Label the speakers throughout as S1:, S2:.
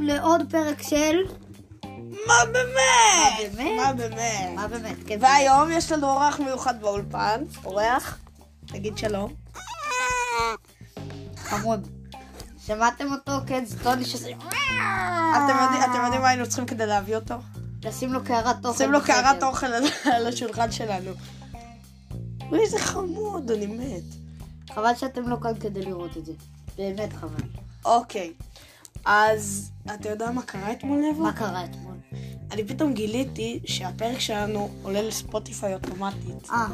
S1: לעוד פרק של
S2: מה
S1: מה
S2: באמת?
S1: באמת?
S2: מה אה, באמת?
S1: מה באמת, כן.
S2: והיום יש לנו אורח מיוחד באולפן. אורח, תגיד שלום.
S1: חמוד. שמעתם אותו? כן, זה טוני שזה... אה.
S2: אתם יודעים- אתם יודעים מה היינו צריכים כדי להביא אותו?
S1: לשים לו קערת אוכל.
S2: שים לו
S1: בחדר.
S2: קערת אוכל על- על השולחן שלנו. אוי, איזה חמוד, אני מת.
S1: חבל שאתם לא כאן כדי לראות את זה. באמת חבל.
S2: אוקיי, אז אתה יודע מה קרה אתמול, לבו?
S1: מה קרה אתמול?
S2: אני פתאום גיליתי שהפרק שלנו עולה לספוטיפיי אוטומטית.
S1: אה,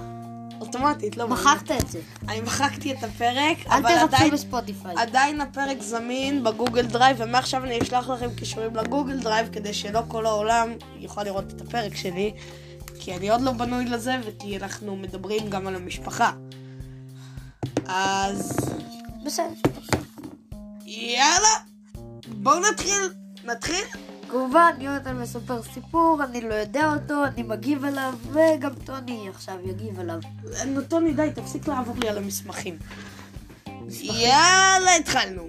S2: אוטומטית, לא...
S1: מחקת את זה.
S2: אני מחקתי את הפרק,
S1: אל
S2: אבל עדיין...
S1: תרצו בספוטיפיי.
S2: עדיין הפרק זמין בגוגל דרייב, ומעכשיו אני אשלח לכם קישורים לגוגל דרייב, כדי שלא כל העולם יוכל לראות את הפרק שלי, כי אני עוד לא בנוי לזה, וכי אנחנו מדברים גם על המשפחה. אז
S1: בסדר.
S2: יאללה, בואו נתחיל. נתחיל?
S1: כמובן, יונתן מספר סיפור, אני לא יודע אותו, אני מגיב עליו, וגם טוני עכשיו יגיב עליו.
S2: נוטוני, די, תפסיק לעבור לי על המסמכים. יאללה, התחלנו.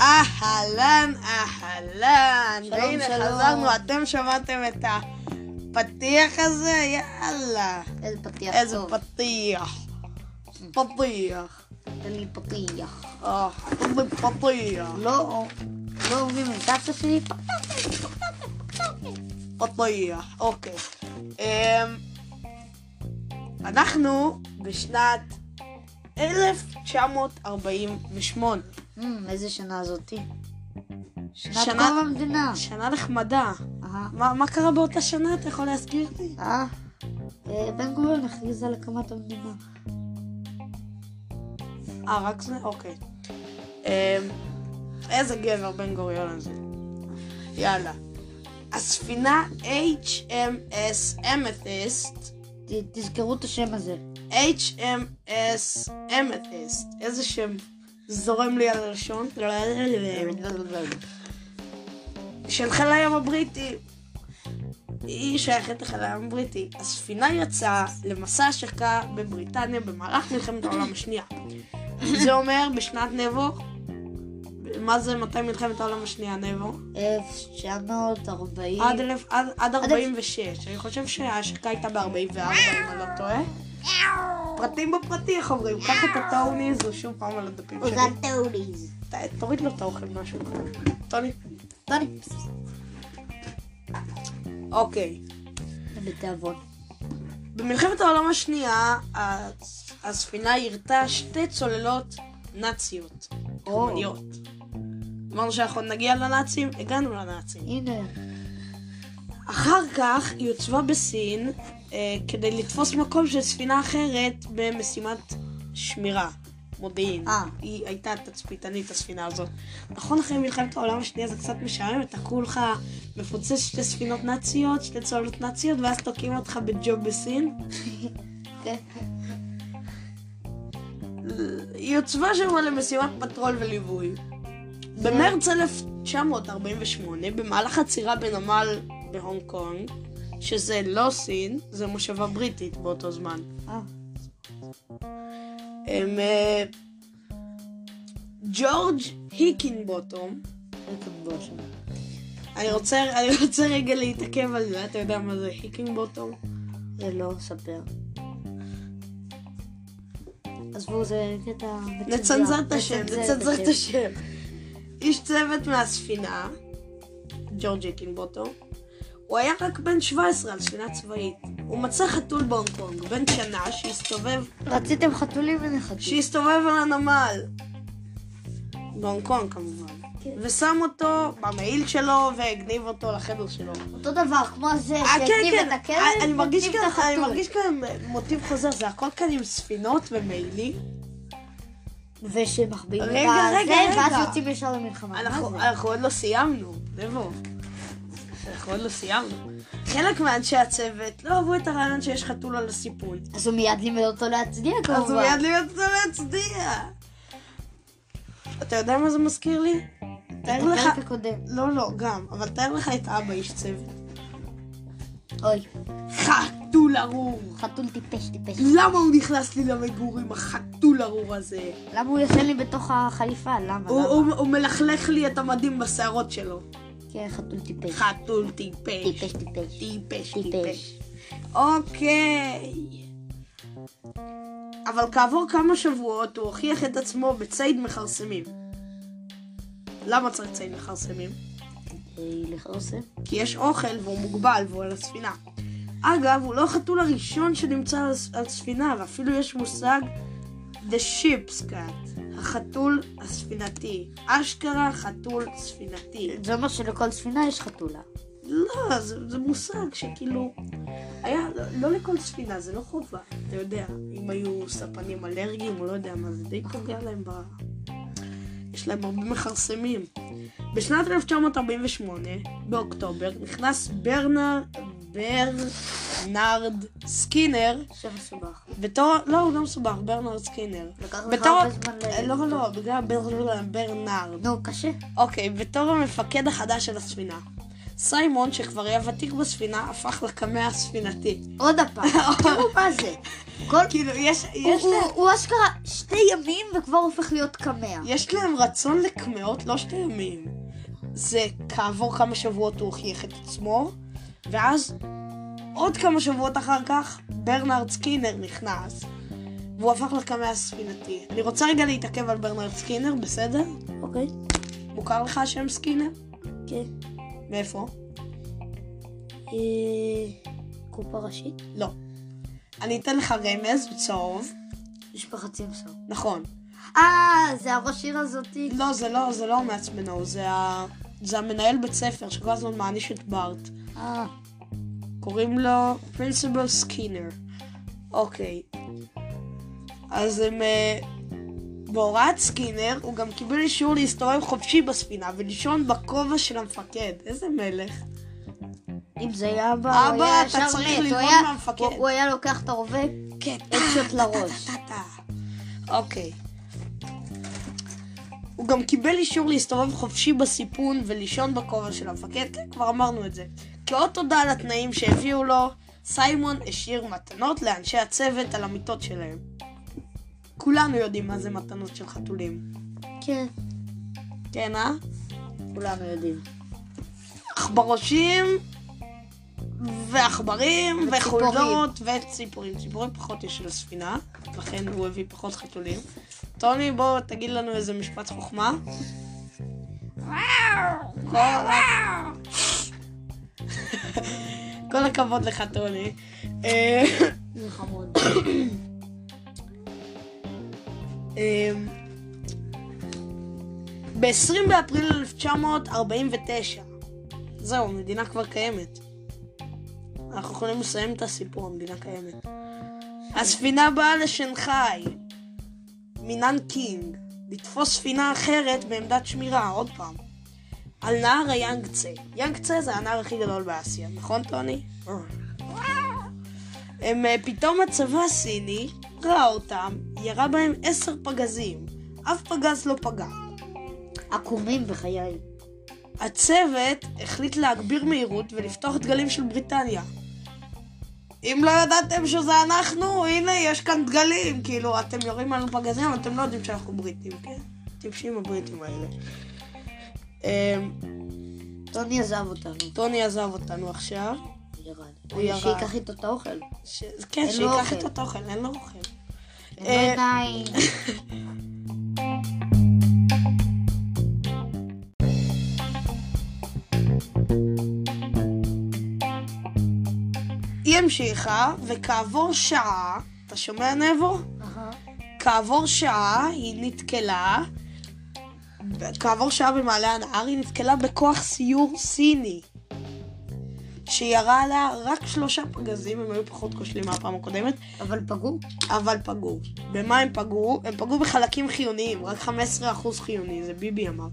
S2: אהלן, אהלן.
S1: שלום,
S2: הנה,
S1: שלום.
S2: חזרנו, אתם שמעתם את הפתיח הזה? יאללה.
S1: איזה פתיח
S2: איזה
S1: טוב.
S2: פתיח. פתיח.
S1: תן לי פתיח.
S2: אה, איזה פתיח.
S1: לא, לא אומרים את הסבתא שלי,
S2: פתיח, אוקיי. אמ, אנחנו בשנת 1948.
S1: אמ, איזה שנה זאתי? שנת אה,
S2: שנה-
S1: קום המדינה.
S2: שנה נחמדה.
S1: אהה.
S2: מה מה קרה באותה שנה? אתה יכול להזכיר לי?
S1: אה, אה, בן גוריון הכריז על הקמת המדינה.
S2: אה, רק זה? אוקיי. אמ, איזה גבר בן גוריון הזה. יאללה. הספינה HMS אמתיסט
S1: ת- תזכרו את השם הזה.
S2: HMS אמתיסט. איזה שם זורם לי על הלשון. של חיל הים הבריטי. היא שייכת לחיל הים הבריטי. הספינה יצאה למסע השקה בבריטניה במהלך מלחמת העולם השנייה. זה אומר בשנת נבו. מה זה מתי מלחמת העולם השנייה נבו?
S1: 1940.
S2: עד, אלף, עד, עד 46. אני חושב שההשקה הייתה ב-44, אם אני לא טועה. פרטים בפרטי, איך אומרים? קח את הטוני הזו שוב פעם על הדפים שלי.
S1: אוזן תאוליז.
S2: ת- תוריד לו את האוכל משהו. טוני.
S1: טוני.
S2: אוקיי.
S1: בתיאבון.
S2: במלחמת העולם השנייה, הס- הספינה יירתה שתי צוללות נאציות.
S1: או.
S2: גרמניות. אמרנו שאנחנו נגיע לנאצים, הגענו לנאצים.
S1: הנה.
S2: אחר כך היא הוצבה בסין אה, כדי לתפוס מקום של ספינה אחרת במשימת שמירה, מודיעין.
S1: אה.
S2: היא הייתה תצפיתנית, הספינה הזאת. נכון, אחרי מלחמת העולם השנייה זה קצת משעמם, אתה כולך מפוצץ שתי ספינות נאציות, שתי צוללות נאציות, ואז תוקעים אותך בג'וב בסין.
S1: כן.
S2: היא הוצבה שם למשימת פטרול וליווי. במרץ 1948, במהלך עצירה בנמל בהונג קונג, שזה לא סין, זה מושבה בריטית באותו זמן.
S1: אה,
S2: הם... אה, ג'ורג' היקינבוטום,
S1: איזה גבוה שם.
S2: אני רוצה, אני רוצה רגע להתעכב על זה, אתה יודע מה זה היקינבוטום?
S1: זה לא ספר. עזבו, זה קטע... מצונזר.
S2: נצנזר את השם,
S1: נצנזר
S2: נצנזר את השם. איש צוות מהספינה, ג'ורג'י קינבוטו, הוא היה רק בן 17 על ספינה צבאית. הוא מצא חתול בהונג קונג, בן שנה, שהסתובב,
S1: רציתם חתולים ונחתים.
S2: שהסתובב על הנמל. בהונג קונג כמובן.
S1: כן.
S2: ושם אותו במעיל שלו והגניב אותו לחדר שלו.
S1: אותו דבר, כמו זה
S2: אה, כן,
S1: שהגניב
S2: כן,
S1: את הכלב,
S2: אני- אני מרגיש
S1: מגניב את
S2: כאן- אני
S1: החתול.
S2: מרגיש כאן מוטיב חוזר, זה הכל כאן עם ספינות ומעילים.
S1: ושמחביאים את
S2: רגע,
S1: הזה,
S2: רגע, רגע.
S1: ואז יוצאים ישר למלחמה.
S2: אנחנו,
S1: מה זה?
S2: אנחנו עוד לא סיימנו, לבו. אנחנו עוד לא סיימנו. חלק מאנשי הצוות לא אהבו את הרעיון שיש חתול על הסיפון.
S1: אז הוא מיד לימד אותו להצדיע כמובן.
S2: אז הוא מיד לימד אותו להצדיע. אתה יודע מה זה מזכיר לי? תאר לך...
S1: הפרק הקודם.
S2: לא, לא, גם. אבל תאר לך את אבא איש צוות.
S1: אוי,
S2: חתול ארור.
S1: חתול טיפש טיפש.
S2: למה הוא נכנס לי למגורים, החתול ארור הזה?
S1: למה הוא יושב לי בתוך החליפה? למה?
S2: הוא,
S1: למה?
S2: הוא, הוא מלכלך לי את המדים בשערות שלו.
S1: כן, חתול טיפש.
S2: חתול טיפש.
S1: טיפש טיפש.
S2: טיפש, טיפש.
S1: טיפש.
S2: אוקיי. אבל כעבור כמה שבועות הוא הוכיח את עצמו בציד מכרסמים. למה צריך ציד מכרסמים?
S1: אה, לכרוסם.
S2: כי יש אוכל והוא מוגבל והוא על הספינה. אגב, הוא לא החתול הראשון שנמצא על הס- על ספינה, ואפילו יש מושג The Ship's Cat, החתול הספינתי. אשכרה חתול ספינתי.
S1: זה אומר שלכל ספינה יש חתולה.
S2: לא, זה, זה מושג שכאילו... היה, לא, לא לכל ספינה, זה לא חובה, אתה יודע. אם היו ספנים אלרגיים, או לא יודע מה, זה די פוגע להם ב... יש להם הרבה מכרסמים. בשנת 1948, באוקטובר, נכנס ברנר... ברנרד סקינר,
S1: שם מסובך.
S2: בתור... לא, הוא לא מסובך, ברנרד סקינר.
S1: לקח לך
S2: בתור...
S1: הרבה זמן ל-
S2: לא, לא, בגלל בר- ברנרד.
S1: נו, קשה.
S2: אוקיי, בתור המפקד החדש של הספינה. סיימון, שכבר היה ותיק בספינה, הפך לקמע הספינתי.
S1: עוד הפעם. תראו מה זה. כל-
S2: כאילו, יש, יש,
S1: הוא-
S2: להם,
S1: הוא- הוא אשכרה שתי ימים וכבר הופך להיות קמע.
S2: יש להם רצון לקמעות לא שתי ימים. זה כעבור כמה שבועות הוא הוכיח את עצמו, ואז עוד כמה שבועות אחר כך, ברנרד סקינר נכנס, והוא הפך לקמע הספינתי. אני רוצה רגע להתעכב על ברנרד סקינר, בסדר?
S1: אוקיי.
S2: מוכר לך השם סקינר?
S1: כן.
S2: מאיפה?
S1: אה, קופה ראשית?
S2: לא. אני אתן לך רמז, הוא צהוב.
S1: משפחת סימפסון.
S2: נכון.
S1: אה, זה הראש עיר הזאתי.
S2: לא, זה לא, זה לא מעצבנו, זה, ה... זה המנהל בית ספר שכל הזמן מעניש את בארט.
S1: אה,
S2: קוראים לו פרינסיבל סקינר. אוקיי. אז הם... אה, בהוראת סקינר הוא גם קיבל אישור להסתובב חופשי בספינה ולישון בכובע של המפקד. איזה מלך.
S1: אם זה היה אבא,
S2: אבא,
S1: הוא היה
S2: אתה
S1: ישר
S2: צריך
S1: מת. הוא
S2: ללמוד
S1: היה-
S2: מהמפקד.
S1: הוא- הוא היה לוקח את הרובה,
S2: קטע.
S1: עצות לראש.
S2: אה, אוקיי. הוא גם קיבל אישור להסתובב חופשי בסיפון ולישון בכובע של המפקד, כן, כבר אמרנו את זה. כאות תודה על התנאים שהביאו לו, סיימון השאיר מתנות לאנשי הצוות על המיטות שלהם. כולנו יודעים מה זה מתנות של חתולים.
S1: כן,
S2: כן, אה?
S1: כולנו יודעים.
S2: עכברושים ועכברים
S1: וציפורים.
S2: וחולדות וציפורים. ציפורים פחות יש על הספינה, לכן הוא הביא פחות חתולים. טוני, בוא תגיד לנו איזה משפט חוכמה. כל ה- כל הכבוד לך, טוני. אה,
S1: זה חמוד.
S2: אמ, ב-20 באפריל 1949. זהו, המדינה כבר קיימת. אנחנו יכולים לסיים את הסיפור, המדינה קיימת. הספינה באה לשנגחאי, מננקינג, לתפוס ספינה אחרת בעמדת שמירה, עוד פעם. על נהר היאנגצה. יאנגצה זה הנהר הכי גדול באסיה, נכון טוני? הם אה, פתאום הצבא הסיני ראה אותם, ירה בהם עשר פגזים. אף פגז לא פגע.
S1: עקומים בחיי.
S2: הצוות החליט להגביר מהירות ולפתוח דגלים של בריטניה. אם לא ידעתם שזה אנחנו, הנה, יש כאן דגלים. כאילו, אתם יורים עלינו פגזים, אבל אתם לא יודעים שאנחנו בריטים, כן? טיפשים הבריטים האלה. אמ,
S1: טוני עזב אותנו.
S2: טוני עזב אותנו עכשיו.
S1: הוא ירד.
S2: הוא ירד.
S1: שייקח איתו את האוכל.
S2: ש... כן,
S1: אין לו
S2: שייקח
S1: אוכל.
S2: איתו את האוכל, אין לו אוכל.
S1: אין לו
S2: אה,
S1: עיניים.
S2: היא המשיכה, וכעבור שעה, אתה שומע נבו?
S1: אהה.
S2: כעבור שעה היא נתקלה, כעבור שעה במעלה הנהר היא נתקלה בכוח סיור סיני, שירה עליה רק שלושה פגזים, הם היו פחות כושלים מהפעם הקודמת,
S1: אבל פגעו.
S2: אבל פגעו. במה הם פגעו? הם פגעו בחלקים חיוניים, רק 15% חיוני, זה ביבי אמר.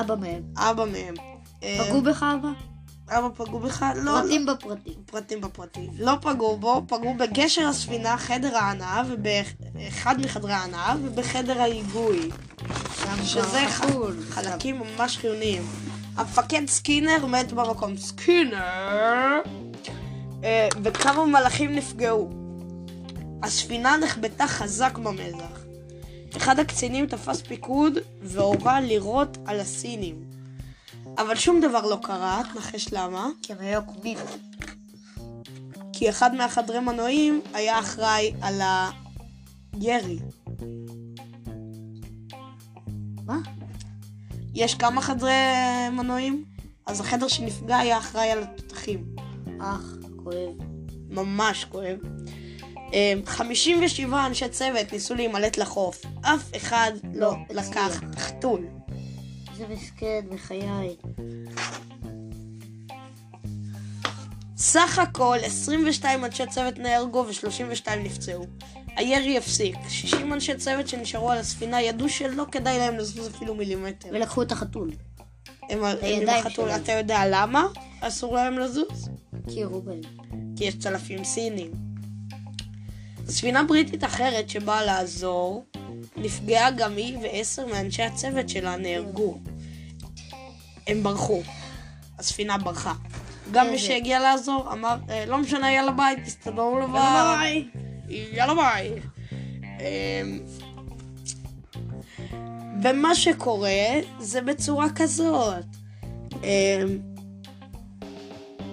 S1: אבא מהם.
S2: אבא מהם. אה,
S1: פגעו בך אבא?
S2: אבא פגעו בך? לא,
S1: פרטים בפרטים.
S2: פרטים בפרטים. לא פגעו בו, פגעו בגשר הספינה, חדר ההנאה, ובאחד מחדרי ההנאה, ובחדר ההיגוי.
S1: שם
S2: שזה
S1: כבר אה, חתול.
S2: חלקים ממש חיוניים. המפקד סקינר מת במקום. סקינר אה, וכמה מלאכים נפגעו. הספינה נחבטה חזק במזח. אחד הקצינים תפס פיקוד והורה לירות על הסינים. אבל שום דבר לא קרה, תנחש למה?
S1: כי הם היו עקומים.
S2: כי אחד מהחדרי מנועים היה אחראי על הירי.
S1: מה?
S2: יש כמה חדרי מנועים? אז החדר שנפגע היה אחראי על התותחים.
S1: אך, כואב.
S2: ממש כואב. אמ, 57 אנשי צוות ניסו להימלט לחוף, אף אחד לא
S1: לא
S2: לקח חתול.
S1: איזה מסכן, בחיי.
S2: סך הכל 22 אנשי צוות נהרגו ו-32 נפצעו. הירי הפסיק. 60 אנשי צוות שנשארו על הספינה ידעו שלא כדאי להם לזוז אפילו מילימטר.
S1: ולקחו את החתול.
S2: הם הם עם
S1: הידיים
S2: החתול,
S1: שלהם.
S2: אתה יודע למה אסור להם לזוז?
S1: כי ירו בהם.
S2: כי יש צלפים סינים. ספינה בריטית אחרת שבאה לעזור, נפגעה גם היא ועשר מאנשי הצוות שלה נהרגו. הם ברחו. הספינה ברחה. גם מי
S1: איזה.
S2: שהגיע לעזור אמר, "אה, לא משנה, יאללה ביי, תסתדרו לבד. יאללה ביי. אמ, ומה שקורה זה בצורה כזאת. אמ,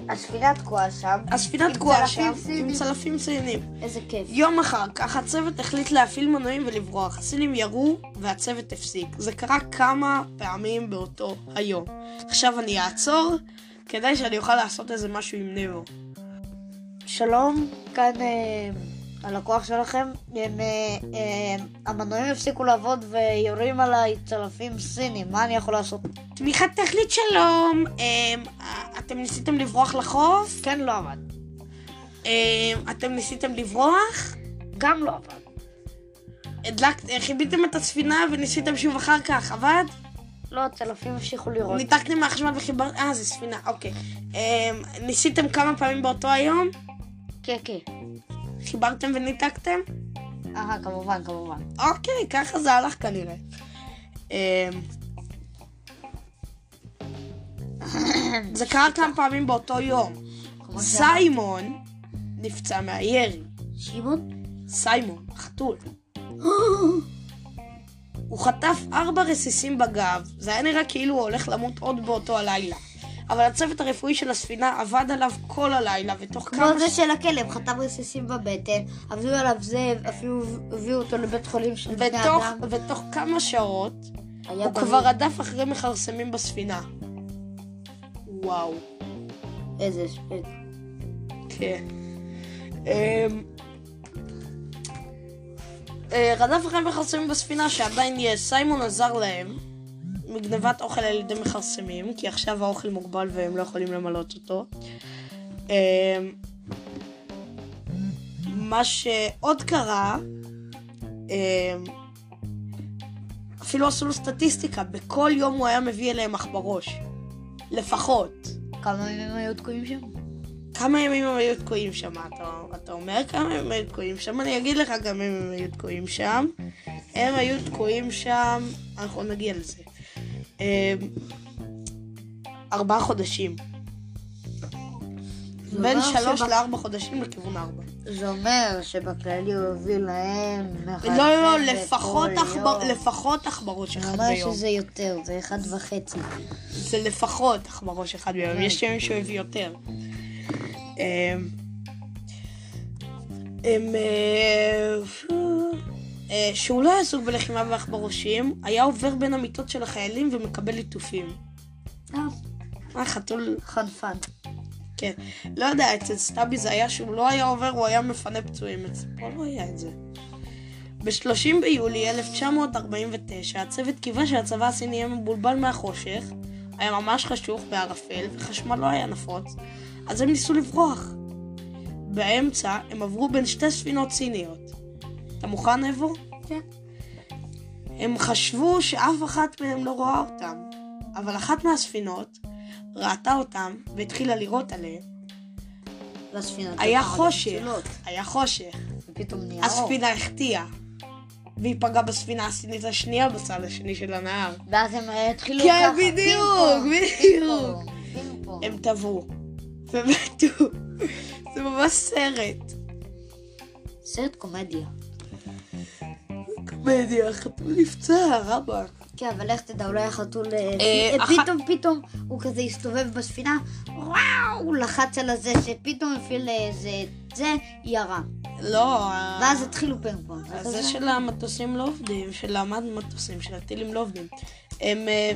S1: הספינה תקועה שם.
S2: הספינה
S1: עם
S2: תקועה
S1: צלפים
S2: שם עם
S1: סינים.
S2: צלפים סינים.
S1: איזה כיף.
S2: יום אחר כך הצוות החליט להפעיל מנועים ולברוח. הסינים ירו והצוות הפסיק. זה קרה כמה פעמים באותו היום. עכשיו אני אעצור, כדי שאני אוכל לעשות איזה משהו עם נאו.
S1: שלום, כאן אה, הלקוח שלכם. הם, אה, אה, המנועים הפסיקו לעבוד ויורים עליי צלפים סינים, מה אני יכול לעשות?
S2: תמיכה תחליט שלום, אמ, א- אתם ניסיתם לברוח לחוף?
S1: כן, לא עבד.
S2: אמ, אתם ניסיתם לברוח?
S1: גם לא עבד.
S2: הדלקת, חיביתם את הספינה וניסיתם שוב אחר כך, עבד?
S1: לא, הצלפים המשיכו לראות.
S2: ניתקתם מהחשמל וחיבר... אה, זה ספינה, אוקיי. אמ, ניסיתם כמה פעמים באותו היום?
S1: כן, כן.
S2: חיברתם וניתקתם?
S1: אה, כמובן, כמובן.
S2: אוקיי, ככה זה הלך כנראה. אמ, זה קרה כמה פעמים באותו יום.
S1: כמו שאמרתי.
S2: סיימון נפצע מהירי.
S1: שמעון?
S2: סיימון, החתול. הוא חטף ארבע רסיסים בגב, זה היה נראה כאילו הוא הולך למות עוד באותו הלילה. אבל הצוות הרפואי של הספינה עבד עליו כל הלילה, ותוך
S1: כמו
S2: כמה...
S1: זה של הכלב, חטף רסיסים בבטן, עבדו עליו זה, אפילו הביאו אותו לבית חולים של בני
S2: ותוך,
S1: אדם.
S2: ותוך כמה שעות
S1: היה
S2: הוא
S1: בריא.
S2: כבר רדף אחרי מכרסמים בספינה. וואו.
S1: איזה הספק.
S2: כן. אמ, אה, רדף אחרי מכרסמים בספינה שעדיין יש. סיימון עזר להם מגנבת אוכל על ידי מכרסמים, כי עכשיו האוכל מוגבל והם לא יכולים למלות אותו. אמ, מה שעוד קרה, אמ, אפילו עשו לו סטטיסטיקה, בכל יום הוא היה מביא אליהם אח בראש. לפחות.
S1: כמה ימים היו תקועים שם?
S2: כמה ימים הם היו תקועים שם, אתה, אתה אומר כמה ימים היו תקועים שם? אני אגיד לך גם אם הם היו תקועים שם. הם היו תקועים שם, אנחנו נגיע לזה. אה, ארבעה חודשים.
S1: זה
S2: בין
S1: אומר
S2: שלוש
S1: שבא-
S2: לארבע חודשים לכיוון ארבע.
S1: זה אומר שבכללי הוא הביא להם...
S2: לא, לא, לא, לפחות עכבר- לפחות עכברוש
S1: אני
S2: אחד
S1: אומר
S2: ביום.
S1: שזה יותר, זה אחד וחצי.
S2: זה לפחות עכברוש אחד ביום, יש ימים שהוא הביא יותר. אמ, אמ, אה, פו, אה, שהוא לא היה עסוק בלחימה ועכברושים, היה עובר בין המיטות של החיילים ומקבל ליטופים.
S1: אה,
S2: אה, חתול,
S1: חנפן.
S2: כן. לא יודע, אצל סטאבי זה היה שהוא לא היה עובר, הוא היה מפנה פצועים. אצל פה לא היה את זה. ב-30 ביולי 1949, הצוות קיווה שהצבא הסיני יהיה מבולבל מהחושך, היה ממש חשוך בערפל, וחשמל לא היה נפוץ, אז הם ניסו לברוח. באמצע, הם עברו בין שתי ספינות סיניות. אתה מוכן, אבו?
S1: כן.
S2: הם חשבו שאף אחת מהם לא רואה אותם, אבל אחת מהספינות ראתה אותם והתחילה לירות עליהם.
S1: והספינות...
S2: היה
S1: שלו,
S2: חושך,
S1: מצולות.
S2: היה חושך.
S1: ופתאום נהיה אור.
S2: הספינה החטיאה, והיא פגעה בספינה הסינית השנייה בצד השני של הנהר.
S1: ואז הם התחילו
S2: כן,
S1: לא ככה.
S2: בדיוק,
S1: פינג פונג,
S2: בדיוק.
S1: פינג פונג, פינג פונג.
S2: הם טבעו, ומתו. זה ממש סרט.
S1: סרט קומדיה.
S2: קומדיה, חתול נפצע, רבאק.
S1: כן, אבל איך תדע, אולי החתול... אה,
S2: אה,
S1: אה,
S2: אחת-
S1: פתאום, פתאום, הוא כזה הסתובב בספינה, וואו, הוא לחץ על הזה, שפתאום הפעיל איזה... זה, ירה.
S2: לא,
S1: ואז התחילו פינג פונג.
S2: אז זה של המטוסים לא עובדים, של המד מטוסים, של הטילים לא עובדים. הם, אה,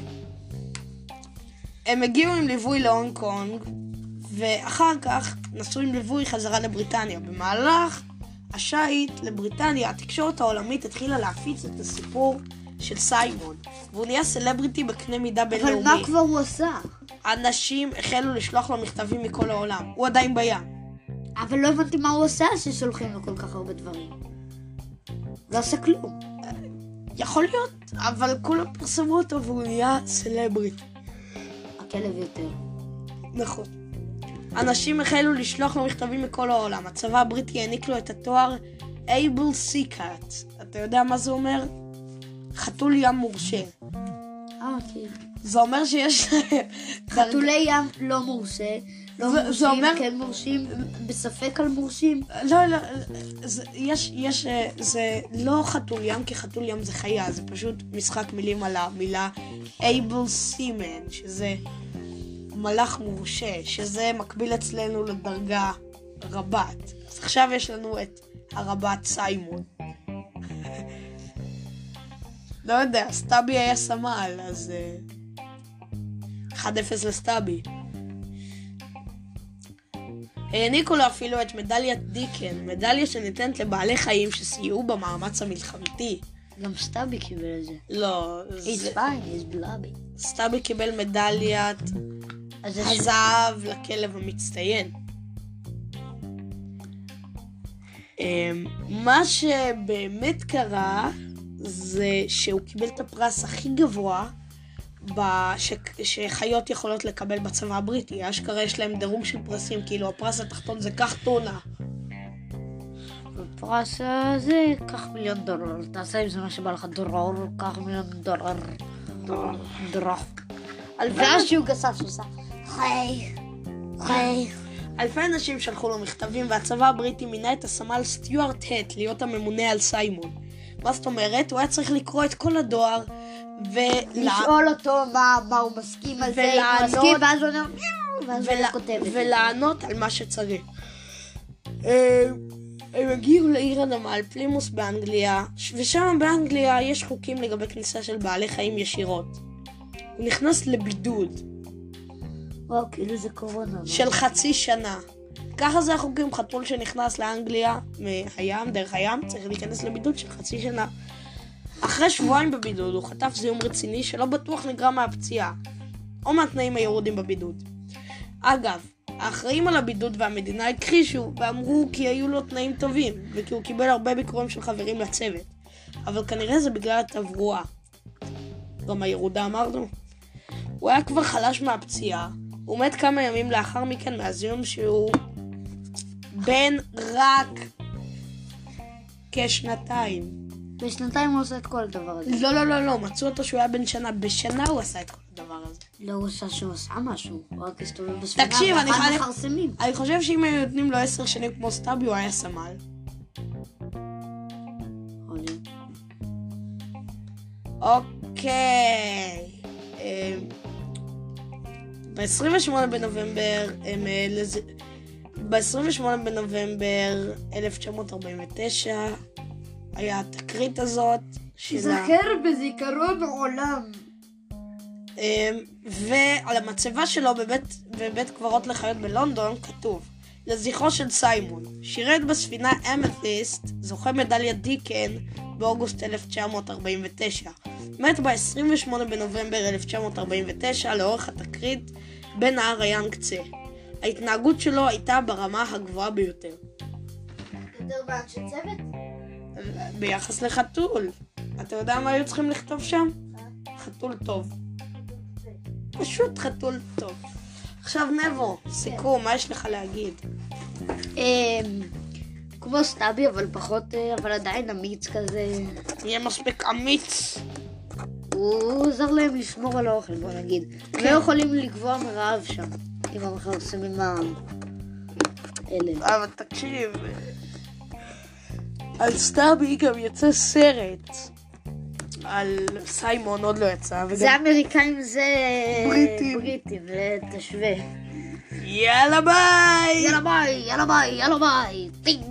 S2: הם הגיעו עם ליווי להונג קונג, ואחר כך נסעו עם ליווי חזרה לבריטניה. במהלך השיט לבריטניה, התקשורת העולמית התחילה להפיץ את הסיפור של סיימון, והוא נהיה סלבריטי בקנה מידה בינלאומי.
S1: אבל מה כבר הוא עשה?
S2: אנשים החלו לשלוח לו מכתבים מכל העולם. הוא עדיין בים.
S1: אבל לא הבנתי מה הוא עושה ששולחים לו כל כך הרבה דברים. לא עשה כלום.
S2: יכול להיות, אבל כולם פרסמו אותו והוא נהיה סלבריטי.
S1: הכלב יותר.
S2: נכון. אנשים החלו לשלוח לו מכתבים מכל העולם. הצבא הבריטי העניק לו את התואר אייבל סיקאט. אתה יודע מה זה אומר? חתול ים מורשה.
S1: אה,
S2: אוקיי.
S1: כן.
S2: זה אומר שיש להם...
S1: חתולי ים לא מורשה, לא
S2: זה- זה
S1: מורשים,
S2: אומר-
S1: כן מורשים, בספק על מורשים.
S2: לא, לא, זה, יש, יש, אה, זה לא חתול ים, כי חתול ים זה חיה, זה פשוט משחק מילים על המילה אייבל סימן, שזה מלאך מורשה, שזה מקביל אצלנו לדרגה רבת. אז עכשיו יש לנו את הרבת סיימון. לא יודע, סטאבי היה סמל, אז... אה, 1-0 לסטאבי. העניקו לו אפילו את מדליית דיקן, מדליה שניתנת לבעלי חיים שסייעו במאמץ המלחמתי.
S1: גם סטאבי קיבל את זה.
S2: לא,
S1: It's
S2: זה-
S1: fine, it's blobby.
S2: סטאבי קיבל מדליית
S1: אז זה ש-
S2: הזהב לכלב המצטיין. אמ, מה שבאמת קרה זה שהוא קיבל את הפרס הכי גבוה ב- ש- שחיות יכולות לקבל בצבא הבריטי. אשכרה יש להם דירוג של פרסים, כאילו הפרס התחתון זה קח טונה.
S1: בפרס הזה, קח מיליון דולר. תעשה עם זה מה שבא לך, דולר, קח מיליון דולר. דולר. ואז שהוא גסס, הוא עושה, חיי, חיי.
S2: אלפי אנשים שלחו לו מכתבים, והצבא הבריטי מינה את הסמל סטיוארט הט להיות הממונה על סיימון. מה זאת אומרת? הוא היה צריך לקרוא את כל הדואר ולה...
S1: לשאול אותו מה מה הוא מסכים על זה, אם הוא
S2: ולענות-
S1: מסכים, ואז הוא אומר, "מיאו", ואז הוא
S2: ולה-
S1: כותב את זה.
S2: ולענות על מה שצריך. אה, הם הגיעו לעיר הנמל, פלימוס באנגליה, ש- ושם באנגליה יש חוקים לגבי כניסה של בעלי חיים ישירות. הוא נכנס לבידוד
S1: וואו, כאילו זה קורונה. לא?
S2: של חצי שנה. ככה זה החוקים, חתול שנכנס לאנגליה מהים, דרך הים, צריך להיכנס לבידוד של חצי שנה. אחרי שבועיים בבידוד הוא חטף זיהום רציני שלא בטוח נגרם מהפציעה, או מהתנאים הירודים בבידוד. אגב, האחראים על הבידוד והמדינה הכחישו ואמרו כי היו לו תנאים טובים, וכי הוא קיבל הרבה ביקורים של חברים לצוות. אבל כנראה זה בגלל התברואה. גם הירודה אמרנו. הוא היה כבר חלש מהפציעה, הוא מת כמה ימים לאחר מכן מהזיהום שהוא בן רק כשנתיים.
S1: בשנתיים הוא עושה את כל הדבר הזה.
S2: לא, לא, לא, לא, מצאו אותו שהוא היה בן שנה, בשנה הוא עשה את כל הדבר הזה.
S1: לא הוא עשה שהוא עשה משהו, הוא רק הסתובב בספינה,
S2: תקשיב, אני
S1: ואכל
S2: חייב-
S1: מכרסמים.
S2: אני חושב שאם היו נותנים לו עשר שנים כמו סטאבי, הוא היה סמל.
S1: יכול להיות.
S2: אוקיי. ב-28 בנובמבר, הם, אה, לז- ב-28 בנובמבר 1949 היה התקרית הזאת. של
S1: כן
S2: ה-
S1: בזיכרון עולם.
S2: אמ, ועל המצבה שלו בבית, בבית קברות לחיות בלונדון כתוב לזכרו של סיימון, שירת בספינה אמת'יסט, זוכה מדליית דיקן באוגוסט 1949. מת ב-28 בנובמבר 1949 לאורך התקרית בין נהר היאנקצה. ההתנהגות שלו הייתה ברמה הגבוהה ביותר.
S1: יותר באנשי צוות?
S2: ביחס לחתול, אתה יודע מה היו צריכים לכתוב שם? חתול טוב. פשוט חתול טוב. עכשיו נבו, סיכום, מה יש לך להגיד?
S1: אמ, כמו סטאבי, אבל פחות, אה, אבל עדיין אמיץ כזה.
S2: תהיה מספיק אמיץ.
S1: הוא עוזר להם לשמור על האוכל, בוא נגיד. הם לא יכולים לגבוה מרעב שם, עם המכרסמים ה... אלף.
S2: אבל תקשיב, על סטארבי גם יצא סרט על סיימון, עוד לא יצא,
S1: זה
S2: וגם
S1: אמריקאים, זה
S2: בריטים.
S1: בריטים, לתשווה.
S2: יאללה ביי!
S1: יאללה ביי, יאללה ביי, יאללה ביי, טינג.